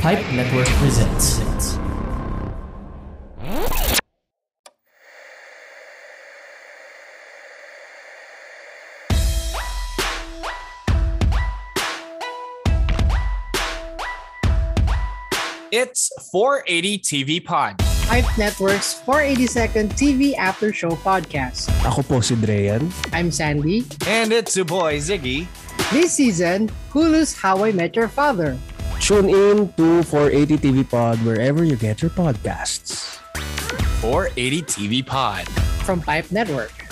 Pipe Network presents. It's 480 TV Pod. Hype Network's 482nd TV After Show podcast. Ako po si Dreyan. I'm Sandy. And it's your boy Ziggy. This season, Hulu's How I Met Your Father. Tune in to 480 TV Pod wherever you get your podcasts. 480 TV Pod. from Pipe Network.